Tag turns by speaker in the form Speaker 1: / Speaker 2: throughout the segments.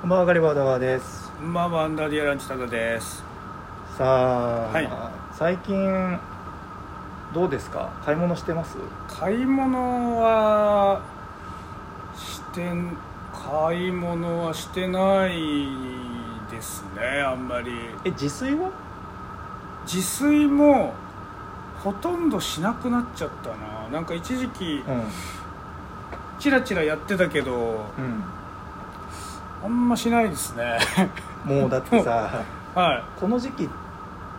Speaker 1: こんばんはガリバーダワーです
Speaker 2: まあ、ワンダーディアランチタダです。
Speaker 1: さあ、
Speaker 2: はい
Speaker 1: 最近どうですか買い物してます
Speaker 2: 買い物は。してん、買い物はしてない。ですね、あんまり。
Speaker 1: え自炊は
Speaker 2: 自炊も。ほとんどしなくなっちゃったな。なんか一時期
Speaker 1: う。ん
Speaker 2: チラチラやってたけど。あんましないですね。
Speaker 1: うんもうだってさ
Speaker 2: は
Speaker 1: この時期っ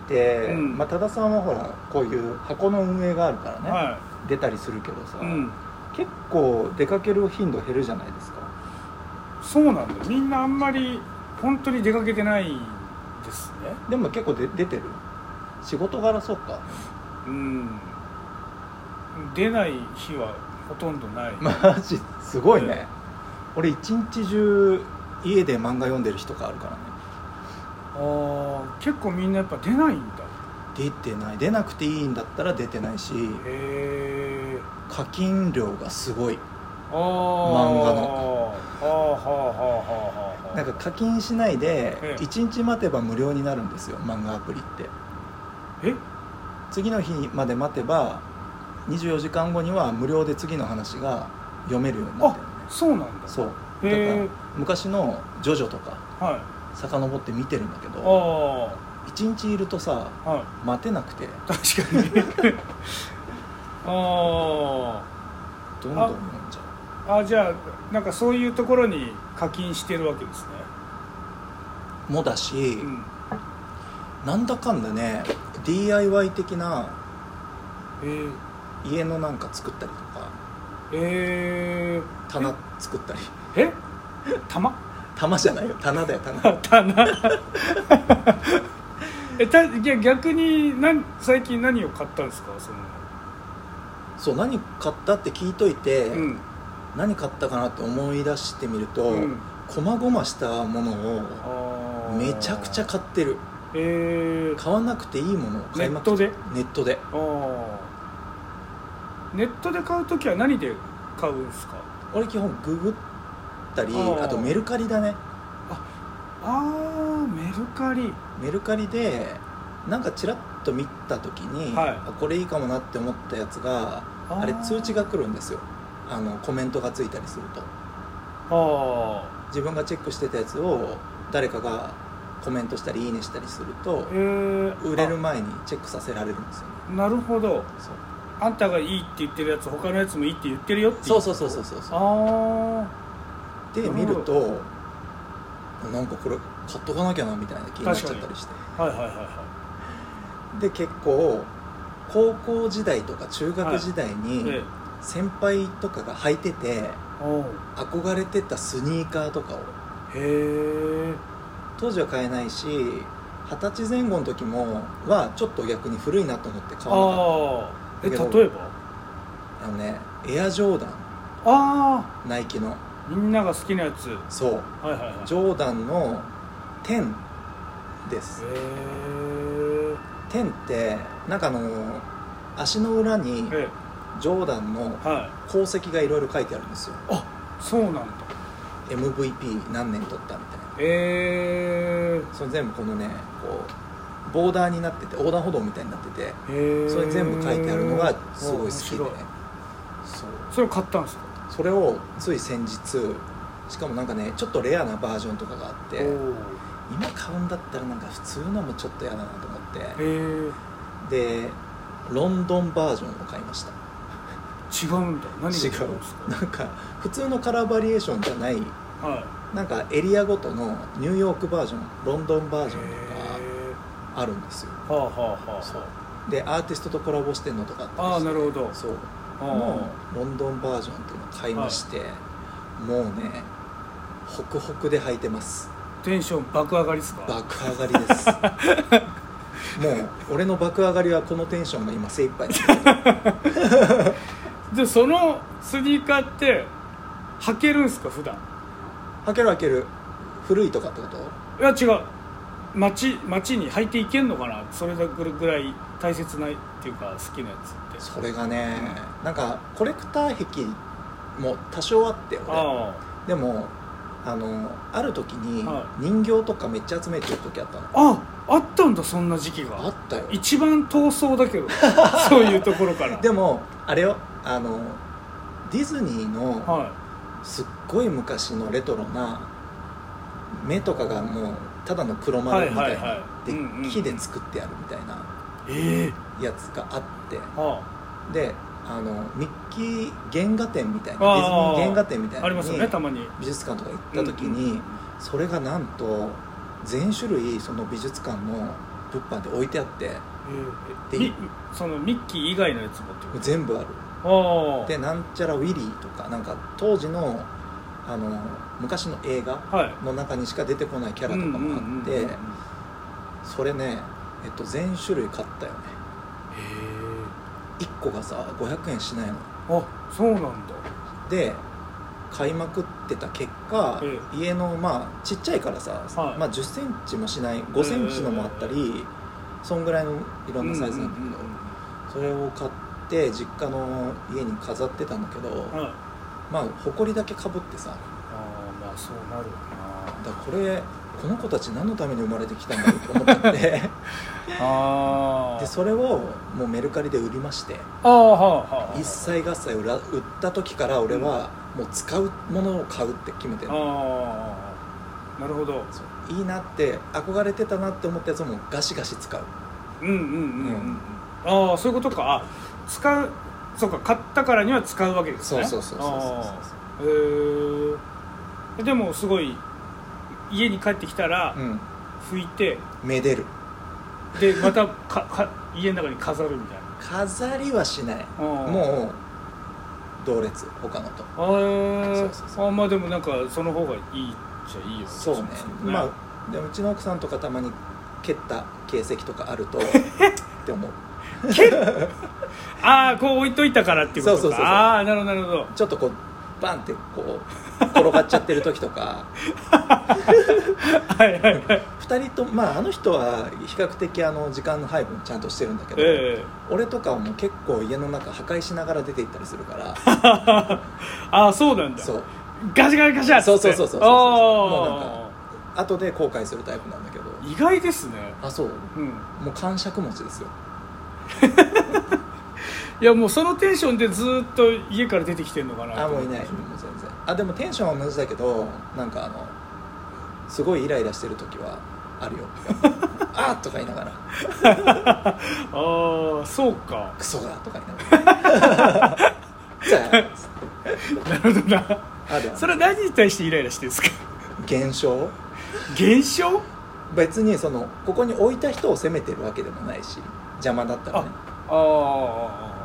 Speaker 1: て、
Speaker 2: うん
Speaker 1: まあ、多田さんはほらこういう箱の運営があるから
Speaker 2: い。
Speaker 1: ね、
Speaker 2: は
Speaker 1: 出たりするけどさ、
Speaker 2: い。うん。
Speaker 1: 結構出かける頻度減るじゃないですか
Speaker 2: そうなんだよ。みんなあんまり。本当に出かけてない。ですね。
Speaker 1: でも結構で出てる仕事柄そうか
Speaker 2: うん出ない日はほとんどない、
Speaker 1: マジすごい
Speaker 2: え
Speaker 1: ね俺一日中家で漫画読んでる日とかあるからね
Speaker 2: あー結構みんなやっぱ出ないんだ
Speaker 1: 出てない出なくていいんだったら出てないし
Speaker 2: へえ
Speaker 1: 課金量がすごい
Speaker 2: ああ
Speaker 1: 画
Speaker 2: 漫
Speaker 1: の
Speaker 2: はあはあはあはあはあ
Speaker 1: なんか課金しないで
Speaker 2: ええ
Speaker 1: 1日待てば無料になるんですよ漫画アプリって
Speaker 2: え
Speaker 1: 次の日まで待てば24時間後には無料で次の話が読めるようになっ
Speaker 2: あ
Speaker 1: てる
Speaker 2: そうなんだ
Speaker 1: そうだから
Speaker 2: へえ
Speaker 1: 昔の「ジョジョ」とか
Speaker 2: はい
Speaker 1: 遡って見てるんだけ
Speaker 2: あ
Speaker 1: ど
Speaker 2: あ
Speaker 1: 1日いるとさ
Speaker 2: はい
Speaker 1: 待てなくて
Speaker 2: 確かにあ
Speaker 1: どんどん読んじゃう
Speaker 2: ーあじゃあなんかそういうところに課金してるわけですね
Speaker 1: もだし、
Speaker 2: うん
Speaker 1: なんだかんだね DIY 的な
Speaker 2: えー、
Speaker 1: 家のなんか作ったりとか
Speaker 2: えー、
Speaker 1: 棚作ったり
Speaker 2: え玉
Speaker 1: 玉じゃないよ棚だよ棚
Speaker 2: 棚 えたいや逆になん最近何を買ったんですかその
Speaker 1: そう何買ったって聞いといて、
Speaker 2: うん
Speaker 1: 何買ったかなって思い出してみると、
Speaker 2: うん
Speaker 1: 細々したものを
Speaker 2: あー
Speaker 1: めちゃくちゃ買ってる
Speaker 2: えー、
Speaker 1: 買わなくていいものを買いまく
Speaker 2: ネット
Speaker 1: って
Speaker 2: で
Speaker 1: ネットで
Speaker 2: あーネットで買う時は何で買うんですか
Speaker 1: 俺基本ググったり
Speaker 2: あー
Speaker 1: あとメルカリだね
Speaker 2: あーメルカリ
Speaker 1: メルカリでなんかチラッと見た時に、
Speaker 2: はい
Speaker 1: あこれいいかもなって思ったやつが
Speaker 2: あ
Speaker 1: あ
Speaker 2: ー
Speaker 1: れ通知が来るんですよあのコメントがついたりすると
Speaker 2: あ
Speaker 1: 自分がチェックしてたやつを誰かがコメントしたりいいねしたりすると
Speaker 2: ーえー、
Speaker 1: 売れる前にチェックさせられるんですよね
Speaker 2: あなるほど
Speaker 1: そう
Speaker 2: あんたがいいって言ってるやつ他のやつもいいって言ってるよってい
Speaker 1: そうそうそうそうそうそう
Speaker 2: あ
Speaker 1: で見るとなんかこれ買っとかなきゃなみたいな気になっちゃったりして
Speaker 2: あはいはいはいは
Speaker 1: で結構高校時代とか中学時代
Speaker 2: いえ
Speaker 1: に
Speaker 2: え
Speaker 1: 先輩とかが履いてて
Speaker 2: おう
Speaker 1: 憧れてたスニーカーとかを
Speaker 2: へえ
Speaker 1: 当時は買えないし二十歳前後の時もはちょっと逆に古いなと思って買わなかっ
Speaker 2: ああえ
Speaker 1: だけど
Speaker 2: 例えば
Speaker 1: たあのねエアジョーダン
Speaker 2: あ
Speaker 1: ナイキの
Speaker 2: あみんなが好きなやつは
Speaker 1: そう
Speaker 2: いはいはい
Speaker 1: ジョーダンの10です
Speaker 2: へ
Speaker 1: 10ってなんかあの足の裏に
Speaker 2: ええ
Speaker 1: ジョーダンの
Speaker 2: は
Speaker 1: 功績がいろいろ書いてあるんですよ
Speaker 2: いそうなんだ
Speaker 1: MVP 何年取ったみたいな
Speaker 2: へ
Speaker 1: それ全部このねこうボーダーになってて横断歩道みたいになってて
Speaker 2: えへえ
Speaker 1: それ全部書いてあるのがすごい好きでね
Speaker 2: 面白い
Speaker 1: そう
Speaker 2: それを買ったんですか
Speaker 1: それをつい先日しかもなんかねちょっとレアなバージョンとかがあっ
Speaker 2: お
Speaker 1: て今買うんだったらなんか普通のもちょっと嫌だなと思って
Speaker 2: ーへえ
Speaker 1: でロンドンバージョンを買いました
Speaker 2: 違うんだ何が違うんです
Speaker 1: 違
Speaker 2: か
Speaker 1: うなんか普通のカラーバリエーションじゃない
Speaker 2: は
Speaker 1: なんかエリアごとのニューヨークバージョンロンドンバ
Speaker 2: い
Speaker 1: ージョンと
Speaker 2: へ
Speaker 1: かあるんですよ
Speaker 2: えはあはあはあ
Speaker 1: そうでアーティストとコラボしてんのとかあったりして
Speaker 2: ああなるほど
Speaker 1: そうの
Speaker 2: あ
Speaker 1: ロンドンバージョンっていうのを買いまして、もうねホクホクで履いてます
Speaker 2: あテンション爆上がりっすか
Speaker 1: 爆上がりです もう俺の爆上がりはこのテンションが今精一杯です
Speaker 2: でそのスニーカーって履けるんすか普段
Speaker 1: 履ける履ける古いとかってこと
Speaker 2: いや違う街街に履いていけんのかなそれだけぐらい大切なっていうか好きなやつって
Speaker 1: それがねなんかコレクター癖も多少あって俺
Speaker 2: あ
Speaker 1: でもああのある時に
Speaker 2: は
Speaker 1: 人形とかめっちゃ集めてる時あったの、
Speaker 2: ああったんだそんな時期
Speaker 1: あ
Speaker 2: が
Speaker 1: ったよ
Speaker 2: 一番闘争だけど そういうところから
Speaker 1: でもあれよあのディズニーの
Speaker 2: は
Speaker 1: すっごい昔のレトロな目とかがもうただの黒
Speaker 2: いは
Speaker 1: 丸
Speaker 2: い
Speaker 1: みた
Speaker 2: はい
Speaker 1: いな
Speaker 2: はい
Speaker 1: で
Speaker 2: うんうんうん
Speaker 1: 木で作ってあるみたいな
Speaker 2: ええ
Speaker 1: やつがあって
Speaker 2: あ
Speaker 1: であのミッキー原画展みたいなデ
Speaker 2: あー
Speaker 1: ィズニー原画展みたい
Speaker 2: あ
Speaker 1: な
Speaker 2: り
Speaker 1: の
Speaker 2: ます
Speaker 1: に
Speaker 2: よねたまに
Speaker 1: 美術館とか行った時
Speaker 2: うん
Speaker 1: にそれがなんと全種類その美術館の物販で置いてあって
Speaker 2: ええ
Speaker 1: で
Speaker 2: みそのミッキー以外のやつもってこと
Speaker 1: 全部ある
Speaker 2: ああ
Speaker 1: でなんちゃらウィリーとかなんか当時のあの昔の映画
Speaker 2: はい
Speaker 1: の中にしか出てこないキャラとかもあって、
Speaker 2: うんうんうんうん
Speaker 1: それね、えっと、全種類買ったよね
Speaker 2: へえ
Speaker 1: 1個がさ500円しないの
Speaker 2: あそうなんだ
Speaker 1: で買いまくってた結果、
Speaker 2: え
Speaker 1: 家のまあちっちゃいからさ、
Speaker 2: はい
Speaker 1: まあ、1 0センチもしない5センチのもあったり、そんぐらいのいろんなサイズなんだけど、それを買って実家の家に飾ってたんだけど、
Speaker 2: うんうんうんはい
Speaker 1: まあほこりだけかぶってさ
Speaker 2: ああまあそうなるよな
Speaker 1: だからこれこの子たち何のために生まれてきたんだろうと 思って
Speaker 2: あー
Speaker 1: でそれをもうメルカリで売りまして
Speaker 2: あーはあはあ
Speaker 1: 一切合切売ら売った時から俺はもう使うものを買うって決めてる
Speaker 2: ああなるほど
Speaker 1: そういいなって憧れてたなって思ったやつもガシガシ使う
Speaker 2: うんうんうんうん、
Speaker 1: う
Speaker 2: ああそういうことかあ使うそうか買ったからには使うわけです
Speaker 1: そ
Speaker 2: ね
Speaker 1: うそうそうそうそう
Speaker 2: あーへえでもすごい家に帰ってきたら
Speaker 1: そううん
Speaker 2: 拭いて、
Speaker 1: めでる
Speaker 2: でまたかか家の中に飾るみたいな
Speaker 1: 飾りはしない
Speaker 2: あー
Speaker 1: もう同列他のと
Speaker 2: あー
Speaker 1: そうそうそ
Speaker 2: あーまあでもなんかその方がいいじゃいいよ
Speaker 1: そうね
Speaker 2: ま
Speaker 1: まあでもうちの奥さんとかたまに蹴った形跡とかある とって思う
Speaker 2: あああこう置いといたからっていうことか
Speaker 1: そうそうそうそう
Speaker 2: ああなるほどなるほど
Speaker 1: ちょっとこうバンってこう転がっちゃってる時とか
Speaker 2: はいはいはい
Speaker 1: 2人とまああの人は比較的あの時間の配分ちゃんとしてるんだけど、
Speaker 2: ええ
Speaker 1: 俺とかはもう結構家の中破壊しながら出て行ったりするから
Speaker 2: ああそうなんだ
Speaker 1: そう
Speaker 2: ガシャガシャガシャっつって
Speaker 1: そうそうそうそうそうそうもうなん
Speaker 2: あ
Speaker 1: 後で後悔するタイプなんだけど
Speaker 2: あ意外ですね
Speaker 1: あそう
Speaker 2: うん
Speaker 1: もう感触持ちですよ
Speaker 2: いやもうそのテンションでずーっと家から出てきてんのかな
Speaker 1: あもうい ないもう全然あでもテンションは同じだけどなんかあのすごいイライラしてる時はあるよ あーとか言いながら
Speaker 2: ああそうか
Speaker 1: クソがとか言いながら じゃ
Speaker 2: なるほどな
Speaker 1: ああるあ
Speaker 2: そ
Speaker 1: る
Speaker 2: れは何に対してイライラしてるんですか
Speaker 1: 現象
Speaker 2: 現象
Speaker 1: 別にそのここに置いた人を責めてるわけでもないし邪魔だったらね
Speaker 2: あ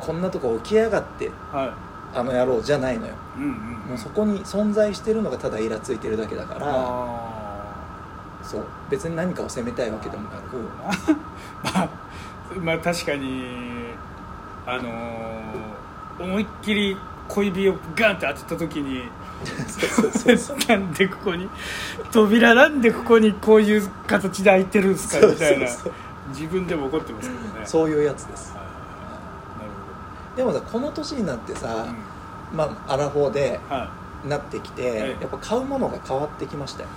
Speaker 2: あ
Speaker 1: こんなとこ起きやがって
Speaker 2: は
Speaker 1: あの野郎じゃないのよ
Speaker 2: いうんうん
Speaker 1: もうそこに存在してるのがただイラついてるだけだから
Speaker 2: あ
Speaker 1: そう別に何かを責めたいわけでもなく
Speaker 2: ー まあ確かにあのー思いっきり小指をガンって当てた時に なんでここに扉なんでここにこういう形で開いてるんですかみたいな
Speaker 1: そうそう
Speaker 2: 自分でも怒ってますけどね
Speaker 1: そういうやつです
Speaker 2: はいなるほ
Speaker 1: でもさこの年になって
Speaker 2: ど、うん
Speaker 1: さ、まあ、アラフォーで
Speaker 2: は
Speaker 1: なってきて、
Speaker 2: ええ
Speaker 1: やっぱ買うものが変わってきましたよ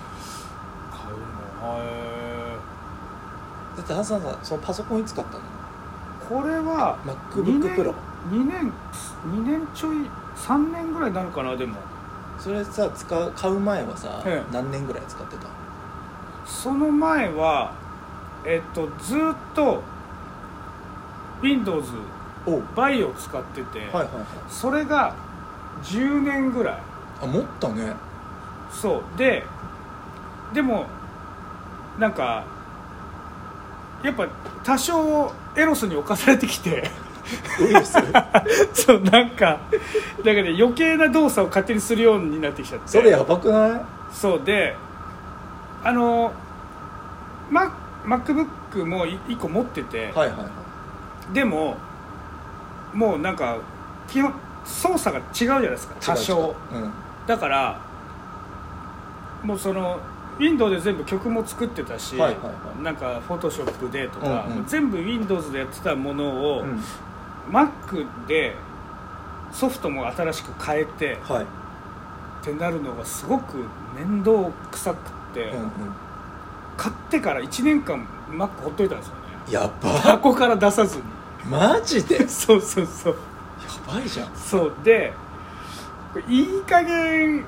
Speaker 2: い買うのは
Speaker 1: だってハさんさんそのパソコンいつ買ったの
Speaker 2: いこれは
Speaker 1: MacBookPro
Speaker 2: 2年2年ちょい3年ぐらいになるかなでも
Speaker 1: それさ使う買う前はさ、
Speaker 2: ええ
Speaker 1: 何年ぐらい使ってた
Speaker 2: その前はえっとずーっと Windows
Speaker 1: おう
Speaker 2: バイを使ってて、
Speaker 1: はいはいはい
Speaker 2: それが10年ぐらい
Speaker 1: あ持ったね
Speaker 2: そうででもなんかやっぱ多少エロスに侵されてきて
Speaker 1: ウイルス
Speaker 2: そうなんかだからね余計な動作を勝手にするようになってきちゃって
Speaker 1: それやばくない
Speaker 2: そうであのマ MacBook も1個持ってて、
Speaker 1: はいはいは
Speaker 2: でももうなんか基本操作が違うじゃないですか
Speaker 1: い
Speaker 2: 多少
Speaker 1: 違う違ううん
Speaker 2: だからもうその Windows で全部曲も作ってたし、
Speaker 1: はいはいはい
Speaker 2: なんか Photoshop でとか、
Speaker 1: うんうん
Speaker 2: もう全部 Windows でやってたものを、
Speaker 1: うん
Speaker 2: Mac でソフトも新しく変えて
Speaker 1: はい
Speaker 2: ってなるのがすごく面倒くさくって、
Speaker 1: うんうん
Speaker 2: 買ってから1年間マックほっといたんですよね
Speaker 1: やば
Speaker 2: 箱から出さずに
Speaker 1: マジでや
Speaker 2: そうそうそう
Speaker 1: ばいじゃん
Speaker 2: そうでこれいい加減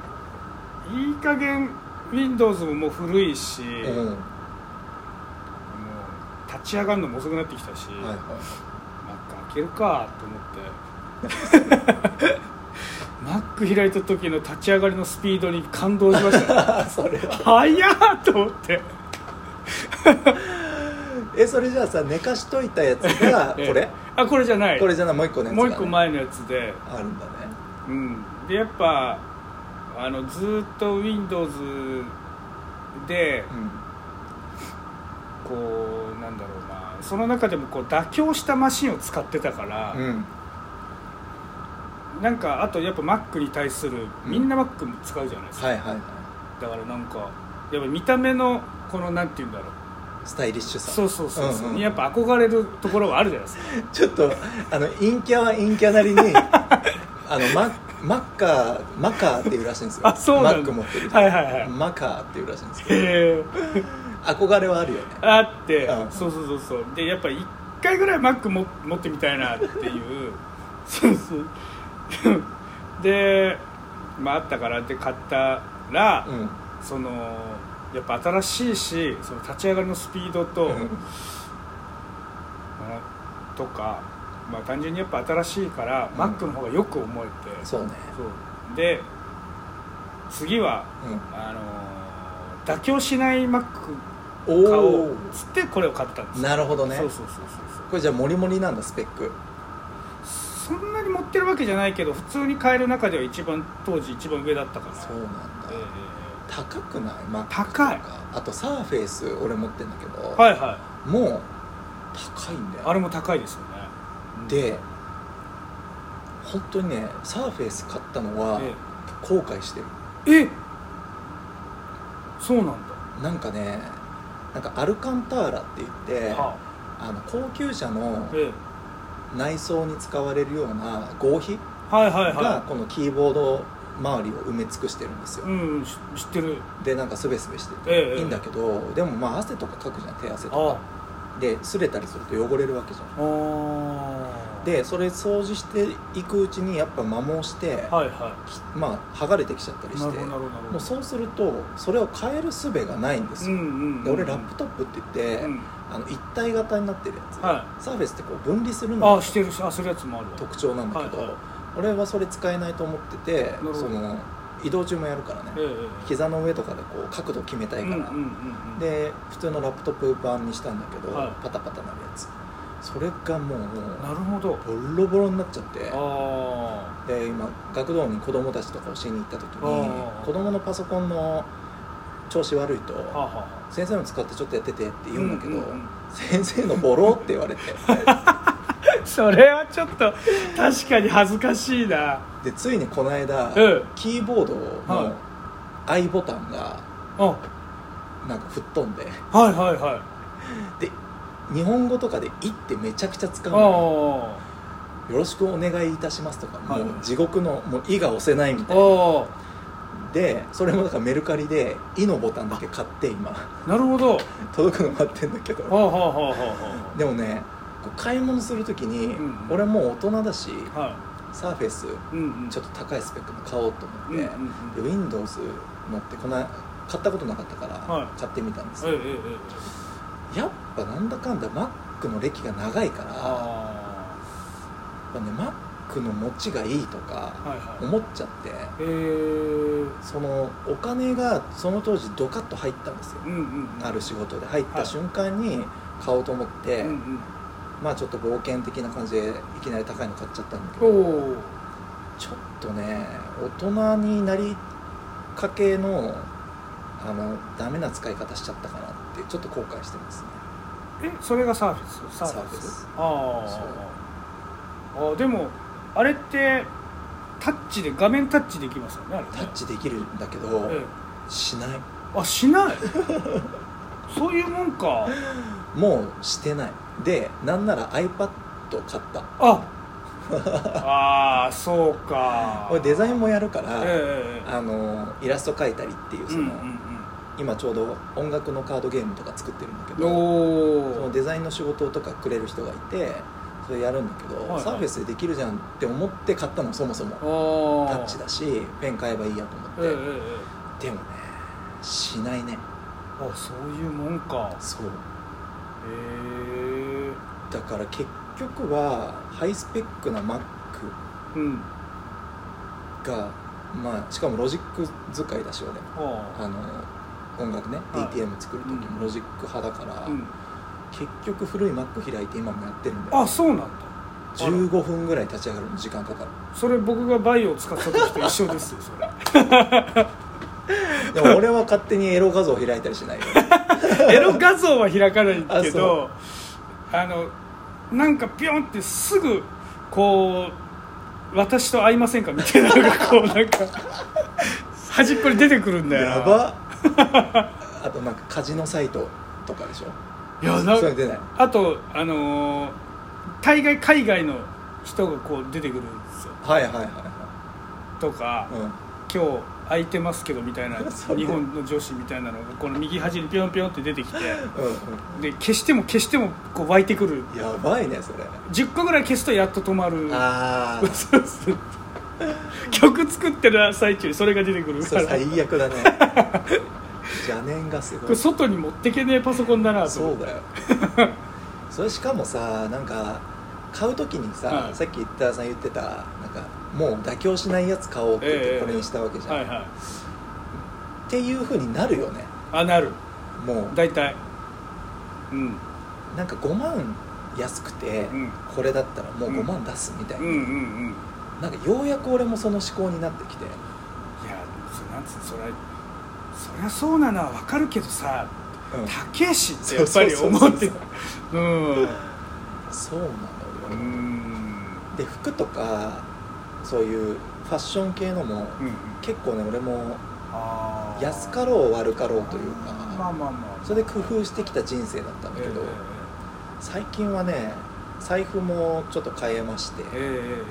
Speaker 2: いい加減 Windows ももう古いし、
Speaker 1: うん
Speaker 2: もう
Speaker 1: はい
Speaker 2: 立ち上がるのも遅くなってきたし、
Speaker 1: はい
Speaker 2: マック開けるかと思って マック開いた時の立ち上がりのスピードに感動しました ね
Speaker 1: それは
Speaker 2: 早っと思って
Speaker 1: えそれじゃあさ寝かしといたやつがこれ
Speaker 2: あこれじゃない
Speaker 1: これじゃないもう一個ね
Speaker 2: もう一個前のやつで
Speaker 1: あるんだね
Speaker 2: うんでやっぱあのずーっと Windows で
Speaker 1: うん
Speaker 2: こうなんだろうなその中でもこう妥協したマシンを使ってたから、
Speaker 1: うん
Speaker 2: なんかあとやっぱ Mac に対するみんな Mac も使うじゃないですか、
Speaker 1: はいはいはい
Speaker 2: だからなんかやっぱ見た目のこのなんて言うんだろう
Speaker 1: スタイリッシュさ
Speaker 2: そうそうそうそう、
Speaker 1: うんうん
Speaker 2: やっぱ憧れるところはあるじゃないですか
Speaker 1: ちょっとあの陰キャは陰キャな りにあのママッカーマカーっていうらしいんですよ
Speaker 2: あそうなんだ
Speaker 1: マック持ってる
Speaker 2: はいはいはいへ
Speaker 1: マカーっていうらしいんですけど
Speaker 2: え
Speaker 1: 憧れはあるよね
Speaker 2: あって、
Speaker 1: うん
Speaker 2: そうそうそうそうでやっぱ一回ぐらい Mac も持ってみたいなっていうそうそうでまああったからで買ったら、
Speaker 1: うん
Speaker 2: そのやっぱ新しいしその立ち上がりのスピードと、
Speaker 1: うん
Speaker 2: あとか、まあ、単純にやっぱ新しいから、
Speaker 1: うん
Speaker 2: Mac の方がよく思えて
Speaker 1: そうね
Speaker 2: そうで次は
Speaker 1: うん
Speaker 2: あのー妥協しない Mac 買お
Speaker 1: お
Speaker 2: うっつってこれを買ったんです
Speaker 1: おなるほどね
Speaker 2: そうそうそう
Speaker 1: これじゃあモリモリなんだスペック
Speaker 2: そうそんなに持ってるわけじゃないけど普通に買える中では一番当時一番上だったから
Speaker 1: そうなんだ
Speaker 2: ええ
Speaker 1: 高くないマック
Speaker 2: 高い
Speaker 1: あとサーフェイス俺持ってんだけど、
Speaker 2: はいは
Speaker 1: もう高いんだ
Speaker 2: い
Speaker 1: よ
Speaker 2: あれも高いですよね
Speaker 1: で本当にねサーフェイス買ったのは
Speaker 2: え
Speaker 1: 後悔してる
Speaker 2: ええそうなんだ、
Speaker 1: なんかねなんかアルカンターラって言って
Speaker 2: は
Speaker 1: あの高級車の
Speaker 2: あええ
Speaker 1: 内装に使われるような合皮
Speaker 2: はいはい
Speaker 1: が
Speaker 2: は
Speaker 1: このキーボード周りを埋め尽くしてるんですよ
Speaker 2: いうんし知ってる
Speaker 1: でなんかすべすべして
Speaker 2: ええ
Speaker 1: ていいんだけどでもまあ汗とかかくじゃん手汗と
Speaker 2: あ
Speaker 1: かで擦れたりすると汚れるわけじゃん
Speaker 2: ああ
Speaker 1: でそれ掃除していくうちにやっぱ摩耗して
Speaker 2: はいは
Speaker 1: きまあ剥がれてきちゃったり
Speaker 2: いな
Speaker 1: し
Speaker 2: るほ
Speaker 1: て
Speaker 2: どなる
Speaker 1: も
Speaker 2: ほどなるほ
Speaker 1: う
Speaker 2: ど
Speaker 1: そうするとそれを変える術がないんです
Speaker 2: う
Speaker 1: よ
Speaker 2: んうんうん
Speaker 1: で俺ラップトップって言って
Speaker 2: うん
Speaker 1: あの一体型になってるやつ
Speaker 2: は
Speaker 1: サーフェスってこう分離するの
Speaker 2: あ
Speaker 1: が
Speaker 2: あしてるしあするやつもあるわ
Speaker 1: 特徴なんだけ
Speaker 2: はいは
Speaker 1: ど
Speaker 2: い
Speaker 1: 俺はそれ使えないと思ってて
Speaker 2: ほど
Speaker 1: その移動中もやるから
Speaker 2: ええ
Speaker 1: ね
Speaker 2: ええ
Speaker 1: 膝の上とかでこう角度決めたい
Speaker 2: うんう
Speaker 1: か
Speaker 2: ん
Speaker 1: ら
Speaker 2: うんうん
Speaker 1: で普通のラップトップ版にしたんだけど、
Speaker 2: はい
Speaker 1: パタパタなるやつそれがもう
Speaker 2: なるほど
Speaker 1: ボロボロになっちゃって
Speaker 2: あ
Speaker 1: で今学童に子供たちとか教えに行った時
Speaker 2: あ
Speaker 1: に
Speaker 2: ー
Speaker 1: 子供のパソコンの調子悪いと
Speaker 2: あはあ は
Speaker 1: 先生の使ってちょっとやっててって言うんだけど、
Speaker 2: うんうんうん
Speaker 1: 先生のボロって言わ れて
Speaker 2: あそれはちょっと確かに恥ずかしいな
Speaker 1: でついにこの間、
Speaker 2: うん
Speaker 1: キーボードの
Speaker 2: は
Speaker 1: i ボタンが
Speaker 2: あは
Speaker 1: なんか吹っ飛んで
Speaker 2: いはいはい
Speaker 1: で日本語とかで「い」ってめちゃくちゃ使う
Speaker 2: あ
Speaker 1: のよ
Speaker 2: あ
Speaker 1: よろしくお願いいたしますとか、
Speaker 2: はい
Speaker 1: もう地獄のもう「い」が押せないみたいな
Speaker 2: あ
Speaker 1: でそれもだからメルカリで「い」のボタンだけ買って今
Speaker 2: あなるほどは
Speaker 1: 届くの待ってんだけ
Speaker 2: あは
Speaker 1: ど
Speaker 2: あはあはあ
Speaker 1: でもねこう買い物するときに、
Speaker 2: うん
Speaker 1: 俺もう大人だし
Speaker 2: はあは
Speaker 1: サーフェス
Speaker 2: いうんうん
Speaker 1: ちょっと高いスペックの買おうと思って、
Speaker 2: うんうんうん
Speaker 1: で Windows のってこの買ったことなかったから
Speaker 2: はい
Speaker 1: 買ってみたんです
Speaker 2: ええ
Speaker 1: よ、
Speaker 2: ええええ
Speaker 1: やっぱなんだかんだ Mac の歴が長いからや
Speaker 2: あ
Speaker 1: っぱね Mac の持ちがいいと
Speaker 2: あ
Speaker 1: か
Speaker 2: はいはい
Speaker 1: 思っちゃって、
Speaker 2: えー
Speaker 1: そのお金がその当時ドカッと入ったんですよ
Speaker 2: うんうんうん
Speaker 1: ある仕事で入っ
Speaker 2: は
Speaker 1: た
Speaker 2: い
Speaker 1: 瞬間に買おうと思って、
Speaker 2: うんうん
Speaker 1: まあちょっと冒険的な感じでいきなり高いの買っちゃったんだけ
Speaker 2: お
Speaker 1: ど
Speaker 2: お
Speaker 1: ちょっとね大人になりかけのあのダメな使い方しちゃったかなってちょっと後悔してますね
Speaker 2: えそれがサーフェスサーフェ
Speaker 1: サー
Speaker 2: ス
Speaker 1: フェス
Speaker 2: あああでもあれってタッチで画面タッチできますよねあれね
Speaker 1: タッチできるんだけど、
Speaker 2: え
Speaker 1: しない
Speaker 2: えあしない そういうもんか
Speaker 1: もうしてないでなんなら iPad 買った
Speaker 2: あああそうか
Speaker 1: 俺デザインもやるか
Speaker 2: え
Speaker 1: ら、
Speaker 2: えええ
Speaker 1: あのイラスト描いたりっていう
Speaker 2: う
Speaker 1: そ
Speaker 2: ん
Speaker 1: の、今ちょうど音楽のカードゲームとか作ってるんだけ
Speaker 2: うんう
Speaker 1: ど
Speaker 2: ん
Speaker 1: そ
Speaker 2: お
Speaker 1: の
Speaker 2: お
Speaker 1: デザインの仕事とかくれる人がいてそれやるんだけど、
Speaker 2: はいはい
Speaker 1: サーフェスでできるじゃんって思って買ったのそもそも
Speaker 2: お
Speaker 1: タッチだしペン買えばいいやと思って、
Speaker 2: ええええ
Speaker 1: でもねしないね
Speaker 2: あそういうもんか
Speaker 1: そう
Speaker 2: へえ
Speaker 1: だから結局はハイスペックな Mac
Speaker 2: うん
Speaker 1: がまあしかもロジック使いだし俺
Speaker 2: あ
Speaker 1: あの音楽ね、
Speaker 2: はい
Speaker 1: DTM 作る時
Speaker 2: うん
Speaker 1: もロジック派だから、
Speaker 2: あ、うん、
Speaker 1: 結局古い Mac 開いて今もやってるんだよ
Speaker 2: あそうなんだ
Speaker 1: 15分ぐらい立ち上がるの時間かかる
Speaker 2: それ僕がバイオを使った時と一緒ですよそれ
Speaker 1: でも俺は勝手にエロ画像開いたりし ないよ
Speaker 2: エロ画像は開かない
Speaker 1: あ
Speaker 2: け
Speaker 1: そ
Speaker 2: どあのなんかピョンってすぐこう私と会いませんかみたいなのがこうなんか端っこに出てくるんだよな
Speaker 1: やば あとなんかカジノサイトとかでしょ
Speaker 2: いやな
Speaker 1: それ出ない
Speaker 2: あとあのー大概海外の人がこう出てくるんですよ
Speaker 1: はいはいはいは
Speaker 2: とか、
Speaker 1: い、うん、
Speaker 2: 今日空いてますけどみたいな
Speaker 1: それ
Speaker 2: 日本の女子みたいなのがこの右端にピョンピョンって出てきて
Speaker 1: うん
Speaker 2: で消しても消してもこう湧いてくる
Speaker 1: うんやばいねそれ
Speaker 2: 10個ぐらい消すとやっと止まる
Speaker 1: ああ
Speaker 2: そうそう 曲作ってる最中にそれが出てくる
Speaker 1: そ
Speaker 2: か
Speaker 1: れ
Speaker 2: らこ
Speaker 1: 最悪だね邪念がすご
Speaker 2: れ
Speaker 1: い
Speaker 2: 外に持ってけねえパソコンだなと
Speaker 1: そ
Speaker 2: 思
Speaker 1: うだよそれしかもさなんか買う時にさ、
Speaker 2: はい
Speaker 1: さっき田さん言ってたなんかもう妥協しないやつ買おうって言っ
Speaker 2: え
Speaker 1: て
Speaker 2: え
Speaker 1: これにしたわけじゃん、
Speaker 2: はいはい
Speaker 1: っていうふうになるよね
Speaker 2: あなる
Speaker 1: もう
Speaker 2: 大体うん
Speaker 1: なんか5万安くて、
Speaker 2: うん
Speaker 1: これだったらもう
Speaker 2: うん
Speaker 1: 5万出すみたい
Speaker 2: うん
Speaker 1: な、
Speaker 2: うんうん
Speaker 1: なんかようやく俺もその思考になってきて
Speaker 2: いやそなんつうのそれそりゃそうなのはわかるけどさ
Speaker 1: うん
Speaker 2: 高えしってやっぱり思っ
Speaker 1: そ
Speaker 2: て
Speaker 1: うそうそう
Speaker 2: うん
Speaker 1: そうなのよ、
Speaker 2: うーん
Speaker 1: で服とかそういうファッション系のも、
Speaker 2: うん
Speaker 1: 結構ね俺も
Speaker 2: あー
Speaker 1: 安かろう悪かろうというか、
Speaker 2: まあまあまあ
Speaker 1: それで工夫してきた人生だったんだけど、最近はね財布もちょっと変えまして、
Speaker 2: えええええええ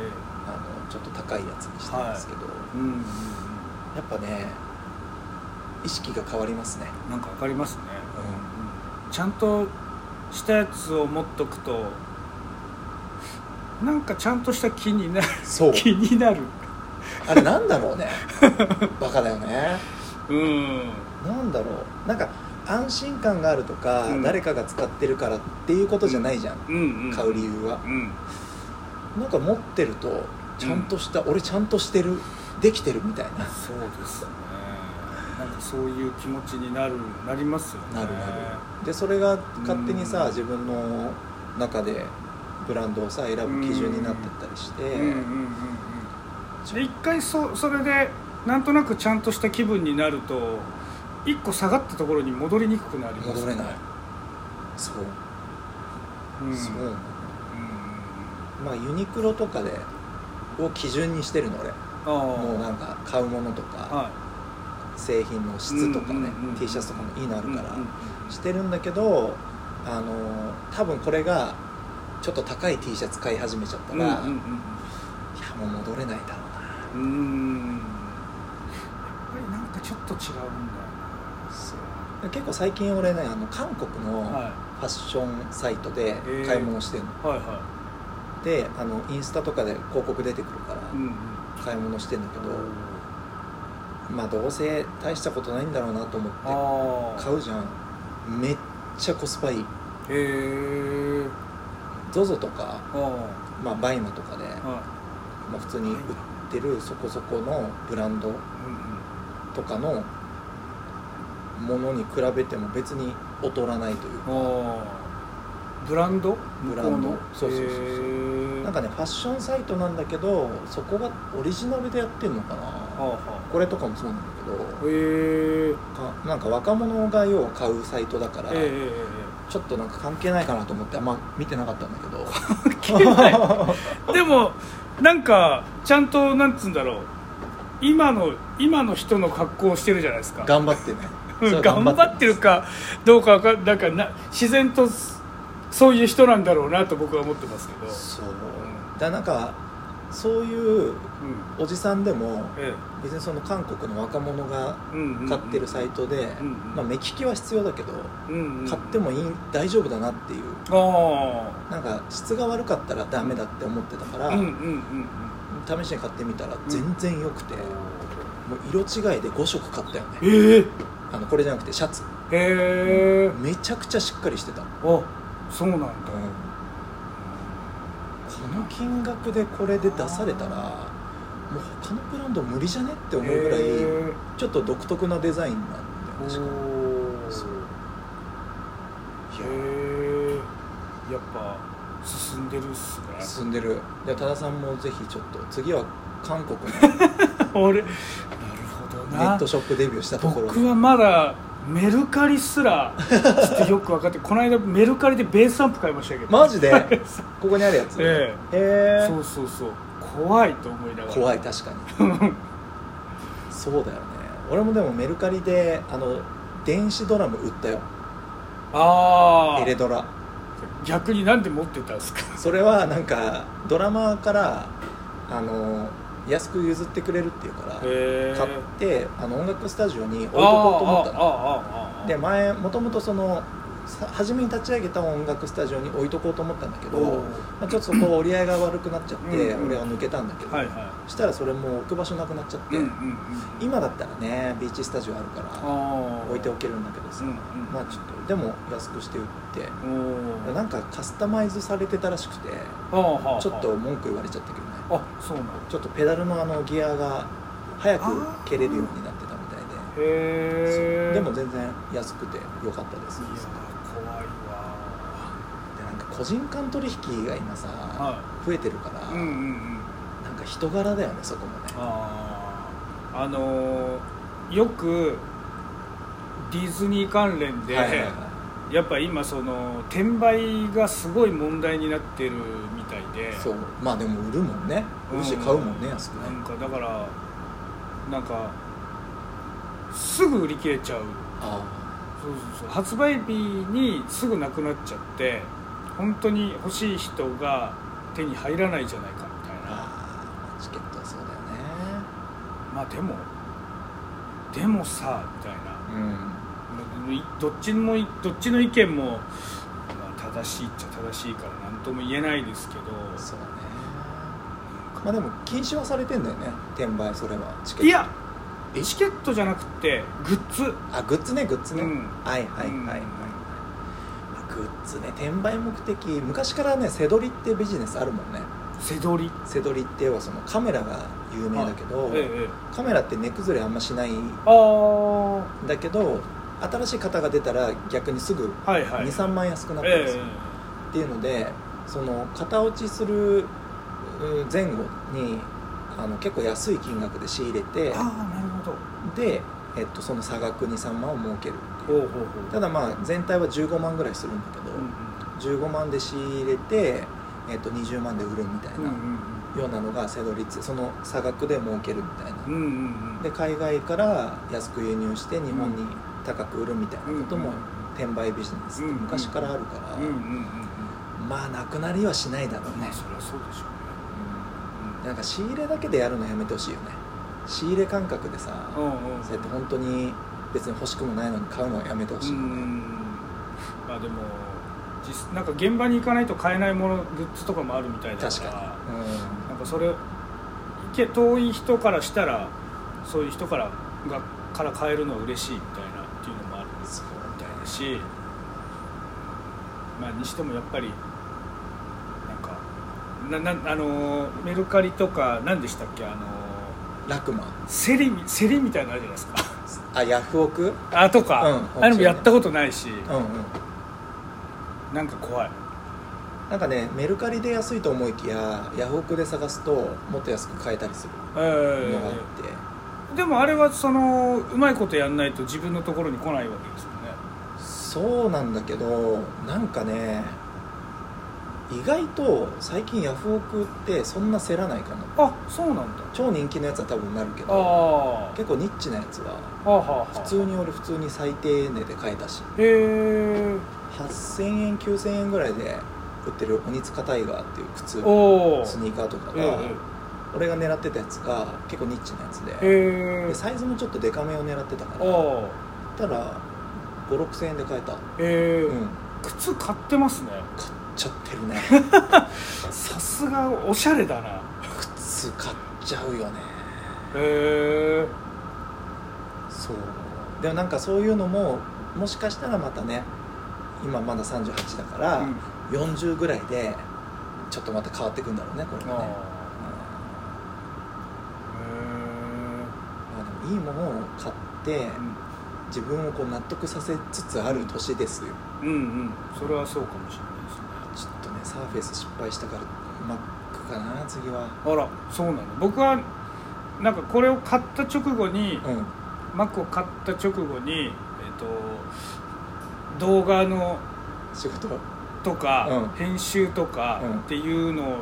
Speaker 1: あのちょっと高いやつにしたんですけど、
Speaker 2: えうんうんうん
Speaker 1: やっぱね意識が変わり ますね、
Speaker 2: なんかわかりますね、うんちゃんとしたやつを持っとくとなんかちゃんとした気になる
Speaker 1: そう
Speaker 2: 気になる
Speaker 1: あれなんだろうねバカだよね
Speaker 2: うん
Speaker 1: なんだろうなんか安心感があるとか、
Speaker 2: うん
Speaker 1: 誰かが使ってるからっていうことじゃないじゃん、
Speaker 2: うんうん
Speaker 1: 買う理由は
Speaker 2: うん
Speaker 1: なんか持ってるとちゃんとした、俺ちゃんとしてるできてるみたいな
Speaker 2: そうですねなんかそういう気持ちになるなりますよね
Speaker 1: なるなるでそれが勝手に
Speaker 2: うん
Speaker 1: さ自分の中でブランドをさ選ぶ基準になってったりして
Speaker 2: うんうんうんうんで一回そそれでなんとなくちゃんとした気分になると一個下がったところに戻りにくくなります
Speaker 1: 戻れないそう
Speaker 2: うん
Speaker 1: そう
Speaker 2: うんうんうん
Speaker 1: まあユニクロとかでを基準にしてるの俺
Speaker 2: ああ
Speaker 1: もうなんか買うものとか
Speaker 2: は
Speaker 1: 製品の質とかね
Speaker 2: うんうんうん
Speaker 1: T シャツとかもいいのあ
Speaker 2: い
Speaker 1: るから
Speaker 2: うんうん
Speaker 1: してるんだけどあの多分これがちょっと高い T シャツ買い始めちゃった
Speaker 2: うん
Speaker 1: らいや
Speaker 2: うんうん
Speaker 1: もう戻れないだろ
Speaker 2: うんうんやっぱりなんかちょっと違うん
Speaker 1: う
Speaker 2: だ
Speaker 1: なそう結構最近俺ねあの韓国の、
Speaker 2: よなは
Speaker 1: ファッションサイトで買い物してるの、
Speaker 2: いはいは
Speaker 1: であのインスタとかで広告出てくるから
Speaker 2: いうんうん
Speaker 1: 買い物してんだけど、まあどうせ大したことないんだろうなと思って
Speaker 2: ああ
Speaker 1: 買うじゃんめっちゃコスパいい
Speaker 2: へえ
Speaker 1: ZOZO とか、
Speaker 2: あ
Speaker 1: まあ、バイマとかで、
Speaker 2: あはい
Speaker 1: まあ、普通に売ってるそこそこのブランド
Speaker 2: う
Speaker 1: とかのものに比べても別に劣らないというん
Speaker 2: うんあーブランド
Speaker 1: ブランド
Speaker 2: 向こ
Speaker 1: そうそうそうそう
Speaker 2: へー
Speaker 1: なんかねファッションサイトなんだけどそこがオリジナルでやってんのか
Speaker 2: はあ
Speaker 1: な
Speaker 2: は
Speaker 1: これとかもそうなんだけど
Speaker 2: あへー
Speaker 1: かなんか若者が要は買うサイトだから、
Speaker 2: ええええ
Speaker 1: ちょっとなんか関係ないかなと思ってあんま見てなかったんだけど
Speaker 2: ええいでもなんかちゃんとなんつうんだろう今の今の人の格好をしてるじゃないですか
Speaker 1: 頑張ってね
Speaker 2: うん
Speaker 1: それ
Speaker 2: 頑張ってるかどうかわかんなんかな自然とそういう人なんだろうなと僕は思ってますけど
Speaker 1: そうだからなんかそういう
Speaker 2: うん
Speaker 1: おじさんでも
Speaker 2: え
Speaker 1: 別にその韓国の若者が
Speaker 2: えうんうん
Speaker 1: 買ってるサイトで、
Speaker 2: うんうん
Speaker 1: まあ、目利きは必要だけど、
Speaker 2: うんうん
Speaker 1: 買ってもいい大丈夫だなっていう
Speaker 2: あ
Speaker 1: なんか質が悪かったらダメだって思ってたから、
Speaker 2: あうんうんうん
Speaker 1: 試しに買ってみたら全然良くて、もう色違いで5色買ったよね
Speaker 2: うんええ
Speaker 1: あのこれじゃなくてシャツ
Speaker 2: へえ
Speaker 1: めちゃくちゃしっかりしてた、うん、こ
Speaker 2: あそうなんだ
Speaker 1: の金額でこれで出されたらもう他のブランド無理じゃねって思うぐらい
Speaker 2: へ
Speaker 1: ちょっと独特なデザインなんだよ
Speaker 2: え
Speaker 1: 確か
Speaker 2: お
Speaker 1: そう
Speaker 2: ーへえやっぱ進んでるっすね
Speaker 1: 進んでるで多田さんもぜひちょっと次は韓国の
Speaker 2: 俺なるほど
Speaker 1: ネ
Speaker 2: な
Speaker 1: ットショップデビューしたところ
Speaker 2: 僕はまだメルカリすらちょっとよく分かって この間メルカリでベースアンプ買いましたけど
Speaker 1: マジ でここにあるやつ
Speaker 2: え
Speaker 1: へえ
Speaker 2: そうそうそう怖いと思いながら
Speaker 1: 怖
Speaker 2: い
Speaker 1: い確かに そうだよね俺もでもメルカリであの電子ドラム売ったよ
Speaker 2: あ
Speaker 1: エレ
Speaker 2: あ
Speaker 1: ドラ
Speaker 2: 逆になんで持ってたんですか
Speaker 1: それはなんかドラマーからあの安く譲ってくれるっていうから
Speaker 2: へ
Speaker 1: 買ってあの音楽スタジオに置いと
Speaker 2: ああ
Speaker 1: こうと思ったの
Speaker 2: ああああああ
Speaker 1: で前もともとそのさ初めに立ち上げた音楽スタジオに置いとこうと思ったんだけど、
Speaker 2: おう
Speaker 1: まあ、ちょっとそこ折り合いが悪くなっちゃって
Speaker 2: うんうん
Speaker 1: 俺は抜けたんだけど、
Speaker 2: はいは
Speaker 1: そしたらそれもう置く場所なくなっちゃっ
Speaker 2: い
Speaker 1: て、今だったらねビーチスタジオあるから
Speaker 2: ああ
Speaker 1: 置いてお
Speaker 2: く
Speaker 1: けるんだけどさ、
Speaker 2: うんうん
Speaker 1: まあちょっとでも安くして売って
Speaker 2: おー
Speaker 1: なんかカスタマイズされてたらしくて
Speaker 2: はあはあはあ
Speaker 1: ちょっと文句言われちゃったけどね
Speaker 2: あそうなんだ
Speaker 1: ちょっとペダルのあのギアが早く蹴れるようになってたみたいで
Speaker 2: へ
Speaker 1: そう
Speaker 2: え
Speaker 1: でも
Speaker 2: いや
Speaker 1: 全然安くて良かったです
Speaker 2: 怖いわ
Speaker 1: でなんか個人間取引が今さ、
Speaker 2: は
Speaker 1: 増えてるから、
Speaker 2: いうんうんうん
Speaker 1: なんか人柄だよねそこもね
Speaker 2: あーあのーよくディズニー関連で、
Speaker 1: はいはいはい
Speaker 2: やっぱ今その転売がすごい問題になってるみたいで
Speaker 1: そうまあでも売るもんね売るし買うもんね安く
Speaker 2: なん
Speaker 1: ね
Speaker 2: かだからなんかすぐ売り切れちゃう
Speaker 1: あ
Speaker 2: そうそうそう発売日にすぐなくなっちゃって本当に欲しい人が手に入らないじゃないかみたいな
Speaker 1: あチケットはそうだよね
Speaker 2: まあでもでもさみたいな
Speaker 1: うん
Speaker 2: どっちもどっちの意見も、まあ、正しいっちゃ正しいから何とも言えないですけど
Speaker 1: そうだねまあでも禁止はされてんだよね転売それはチケット
Speaker 2: いや
Speaker 1: え
Speaker 2: チケットじゃなくてグッズ
Speaker 1: あグッズねグッズね、
Speaker 2: うん
Speaker 1: はいはいはいはい、
Speaker 2: うん
Speaker 1: まあグッズね転売目的昔からね背取りってビジネスあるもんね
Speaker 2: 背取り
Speaker 1: 背取りって要はそのカメラが有名だけど、
Speaker 2: ええええ
Speaker 1: カメラって値崩れあんましないん
Speaker 2: ああは
Speaker 1: だけど新しい型が出たら逆にすぐ
Speaker 2: いはい
Speaker 1: 23、万円安くなったん
Speaker 2: え
Speaker 1: ですよ、っていうのでその型落ちするうん前後にあの結構安い金額で仕入れ
Speaker 2: え
Speaker 1: て
Speaker 2: ああなるほど
Speaker 1: で、えっと、その差額23万を設けるって
Speaker 2: ほ
Speaker 1: いうう
Speaker 2: ほうほう
Speaker 1: ただまあ全体は15万ぐらいするんだけど、
Speaker 2: うんうん
Speaker 1: 15万で仕入れて、えっと、20万で売るみたい
Speaker 2: うんう
Speaker 1: なんようなのがセドリッツその差額で儲けるみたいな、
Speaker 2: うんうんうん
Speaker 1: で海外から安く輸入して日本に高く売るみたいなことも
Speaker 2: うん
Speaker 1: 転売ビジネスって昔からあるから、
Speaker 2: うんうんうんうん
Speaker 1: まあなくなりはしないだろう
Speaker 2: ま
Speaker 1: ね
Speaker 2: あ、そりゃそうでしょう
Speaker 1: なんか仕入れだけでやるのやめてほしいよね仕入れ感覚でさ、
Speaker 2: ねうんうん
Speaker 1: そうやって本当に別に欲しくもないのに買うのはやめてほしいよ
Speaker 2: う
Speaker 1: ね、
Speaker 2: んまあでも実なんか現場に行かないと買えないものグッズとかもあるみたいだから
Speaker 1: 確かに、
Speaker 2: なんかそれ行け遠い人からしたらそういう人からがから買えるのは嬉しいみたいなっていうのもある
Speaker 1: うん、そう
Speaker 2: みたいだしまあにしてもやっぱりなんかななあのーメルカリとか何でしたっけあの
Speaker 1: ラクマ
Speaker 2: ーセリみセリみたいなのあるじゃないですか
Speaker 1: あヤフオク
Speaker 2: あとか、
Speaker 1: うん
Speaker 2: あれもやったことないし、
Speaker 1: うんうん
Speaker 2: なんか怖い
Speaker 1: なんかねメルカリで安いと思いきやヤフオクで探すともっと安く買えたりする
Speaker 2: え
Speaker 1: のがあっ
Speaker 2: ー
Speaker 1: て、
Speaker 2: でもあれはそのうまいことやんないと自分のところに来ないわけですよね
Speaker 1: そうなんだけどなんかね意外と最近ヤフオクってそんな競らないかも
Speaker 2: あそうなんだ
Speaker 1: 超人気のやつは多分なるけ
Speaker 2: あ
Speaker 1: ど
Speaker 2: あ
Speaker 1: 結構ニッチなやつは
Speaker 2: はあはあ
Speaker 1: 普通に俺普通に最低値で買えたし
Speaker 2: へえ
Speaker 1: 8000円9000円ぐらいで売ってる鬼塚タイガーっていう靴
Speaker 2: おお
Speaker 1: スニーカーとか
Speaker 2: えええ
Speaker 1: が俺が狙ってたやつが結構ニッチなやつで,、
Speaker 2: へ
Speaker 1: でサイズもちょっとデカめを狙ってたから行っ
Speaker 2: あ
Speaker 1: たら56000円で買えた
Speaker 2: あえ
Speaker 1: うん
Speaker 2: ー靴買ってますね
Speaker 1: 買っちゃってるね
Speaker 2: さすがおしゃれだな
Speaker 1: 靴買っちゃうよね
Speaker 2: へえ
Speaker 1: そうでもなんかそういうのももしかしたらまたね今まだ38だから、
Speaker 2: うん
Speaker 1: 40ぐらいでちょっとまた変わってくんだろうねこれがね
Speaker 2: あ
Speaker 1: うんまあ
Speaker 2: あへ
Speaker 1: でもいいものを買って
Speaker 2: えうん
Speaker 1: 自分をこう納得させつつある年ですよ
Speaker 2: うんうんそれはそうかもしれないですね
Speaker 1: ちょっとねサーフェイス失敗したからマックかな次は
Speaker 2: あらそうなの僕はなんかこれを買った直後に
Speaker 1: うん
Speaker 2: マックを買った直後にえっ、と動画の
Speaker 1: 仕事は
Speaker 2: とか、
Speaker 1: うん
Speaker 2: 編集とか
Speaker 1: うん
Speaker 2: っていうのを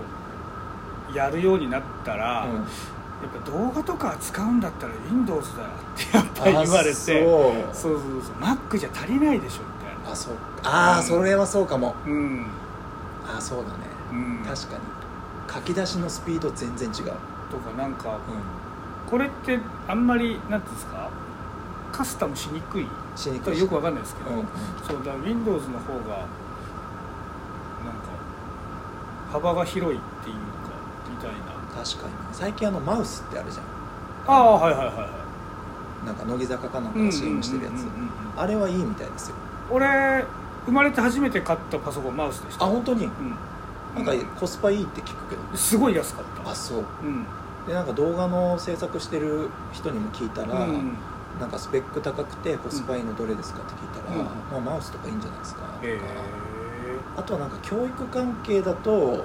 Speaker 2: やるようになったら、
Speaker 1: う
Speaker 2: やっ
Speaker 1: ん
Speaker 2: ぱ動画とか使うんだったら Windows だよってやっぱり 言われて
Speaker 1: あ
Speaker 2: そう
Speaker 1: そう
Speaker 2: そうそう Mac じゃ足りないでしょみたいな
Speaker 1: あそうああそれはそうかも
Speaker 2: うん
Speaker 1: ああそうだね
Speaker 2: うん
Speaker 1: 確かに書き出しのスピード全然違う
Speaker 2: とかなんか
Speaker 1: う
Speaker 2: これってあんまりなんていうんですかカスタムしにくい
Speaker 1: んしにくいし
Speaker 2: よくわかんないですけど、
Speaker 1: うんうん
Speaker 2: そうだから Windows の方がなんか幅が広いっていうかみたいな
Speaker 1: 確かに最近あのマウスってあるじゃ
Speaker 2: ああはいはいはいは
Speaker 1: んなんか乃木坂かなん
Speaker 2: い
Speaker 1: かが CM してるや
Speaker 2: うんうんうんうん
Speaker 1: つあれはいいみたいですよ
Speaker 2: 俺生まれて初めて買ったパソコンマウスでし
Speaker 1: あ
Speaker 2: た
Speaker 1: 本当に
Speaker 2: うん
Speaker 1: なんかコスパいいって聞くけど
Speaker 2: すごい安かった
Speaker 1: あそう
Speaker 2: うん
Speaker 1: でなんか動画の制作してる人にも聞いたら、
Speaker 2: うん
Speaker 1: なんかスペック高くてコスパいいのどれですかって聞いたら、
Speaker 2: うん
Speaker 1: まあ、マウスとかいいんじゃないですか、
Speaker 2: え
Speaker 1: あとはなんか教育関係だと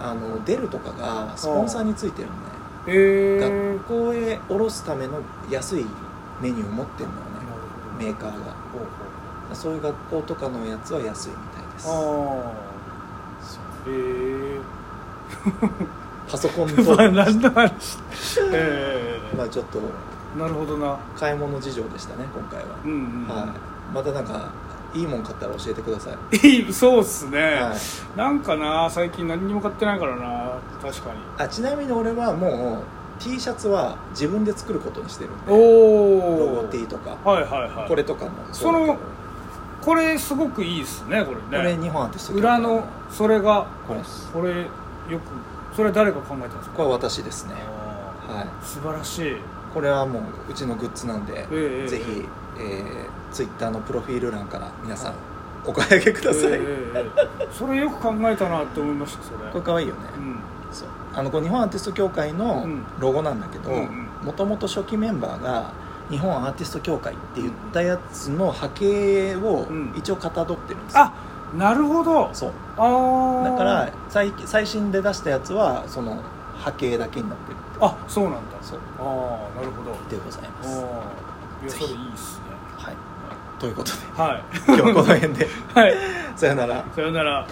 Speaker 1: あのデルとかがスポンサーについてるのね
Speaker 2: ー、えー、
Speaker 1: 学校へ下ろすための安いメニューを持ってるのよねメーカーが
Speaker 2: ほうほう
Speaker 1: そういう学校とかのやつは安いみたいです
Speaker 2: あ
Speaker 1: そう
Speaker 2: あえー
Speaker 1: パソコン と
Speaker 2: まあ何の話え
Speaker 1: まあちょっと
Speaker 2: ー、なるほどな
Speaker 1: 買い物事情でしたね今回は、
Speaker 2: うんうん、
Speaker 1: はい、またなんかいいもん買ったら教えてください、
Speaker 2: いいそうっすね、
Speaker 1: はい、
Speaker 2: なんかな最近何にも買ってないからな確かに
Speaker 1: あちなみに俺はもう T シャツは自分で作ることにしてるんで
Speaker 2: お
Speaker 1: ロ
Speaker 2: お
Speaker 1: ゴ T とか
Speaker 2: はいはいはい
Speaker 1: これとかも
Speaker 2: その
Speaker 1: うだけ
Speaker 2: これすごくいいっすねこ
Speaker 1: どこ
Speaker 2: れ
Speaker 1: れ
Speaker 2: ね
Speaker 1: 2本あってす
Speaker 2: 裏のそれが
Speaker 1: これです
Speaker 2: これよくそれは誰が考えたんですか
Speaker 1: これは私ですね
Speaker 2: あ
Speaker 1: はい
Speaker 2: ー素晴らしい
Speaker 1: これはもううちのグッズなんで、
Speaker 2: ええ
Speaker 1: ぜ
Speaker 2: え
Speaker 1: ひ、えー、ツイッターのプロフィール欄から皆さんお買い上げください、
Speaker 2: えーえーそれよく考えたなって思いましたそれ
Speaker 1: これ可愛いよね、
Speaker 2: うん
Speaker 1: そうあのこう日本アーティスト協会の
Speaker 2: うん
Speaker 1: ロゴなんだけど
Speaker 2: うんうん
Speaker 1: もともと初期メンバーが日本アーティスト協会って言ったやつの波形を
Speaker 2: うん
Speaker 1: 一応かたどってるんですよ、
Speaker 2: あなるほど
Speaker 1: そう
Speaker 2: ああ
Speaker 1: だから最近最新で出したやつはその波形だけになってるって
Speaker 2: あそうなんだ
Speaker 1: そう
Speaker 2: ああなるほど
Speaker 1: でございま
Speaker 2: お
Speaker 1: す、
Speaker 2: ーいやそれいいっすね
Speaker 1: はい、ということで
Speaker 2: はい
Speaker 1: 今日はこの辺で
Speaker 2: はい
Speaker 1: さよなら
Speaker 2: さよなら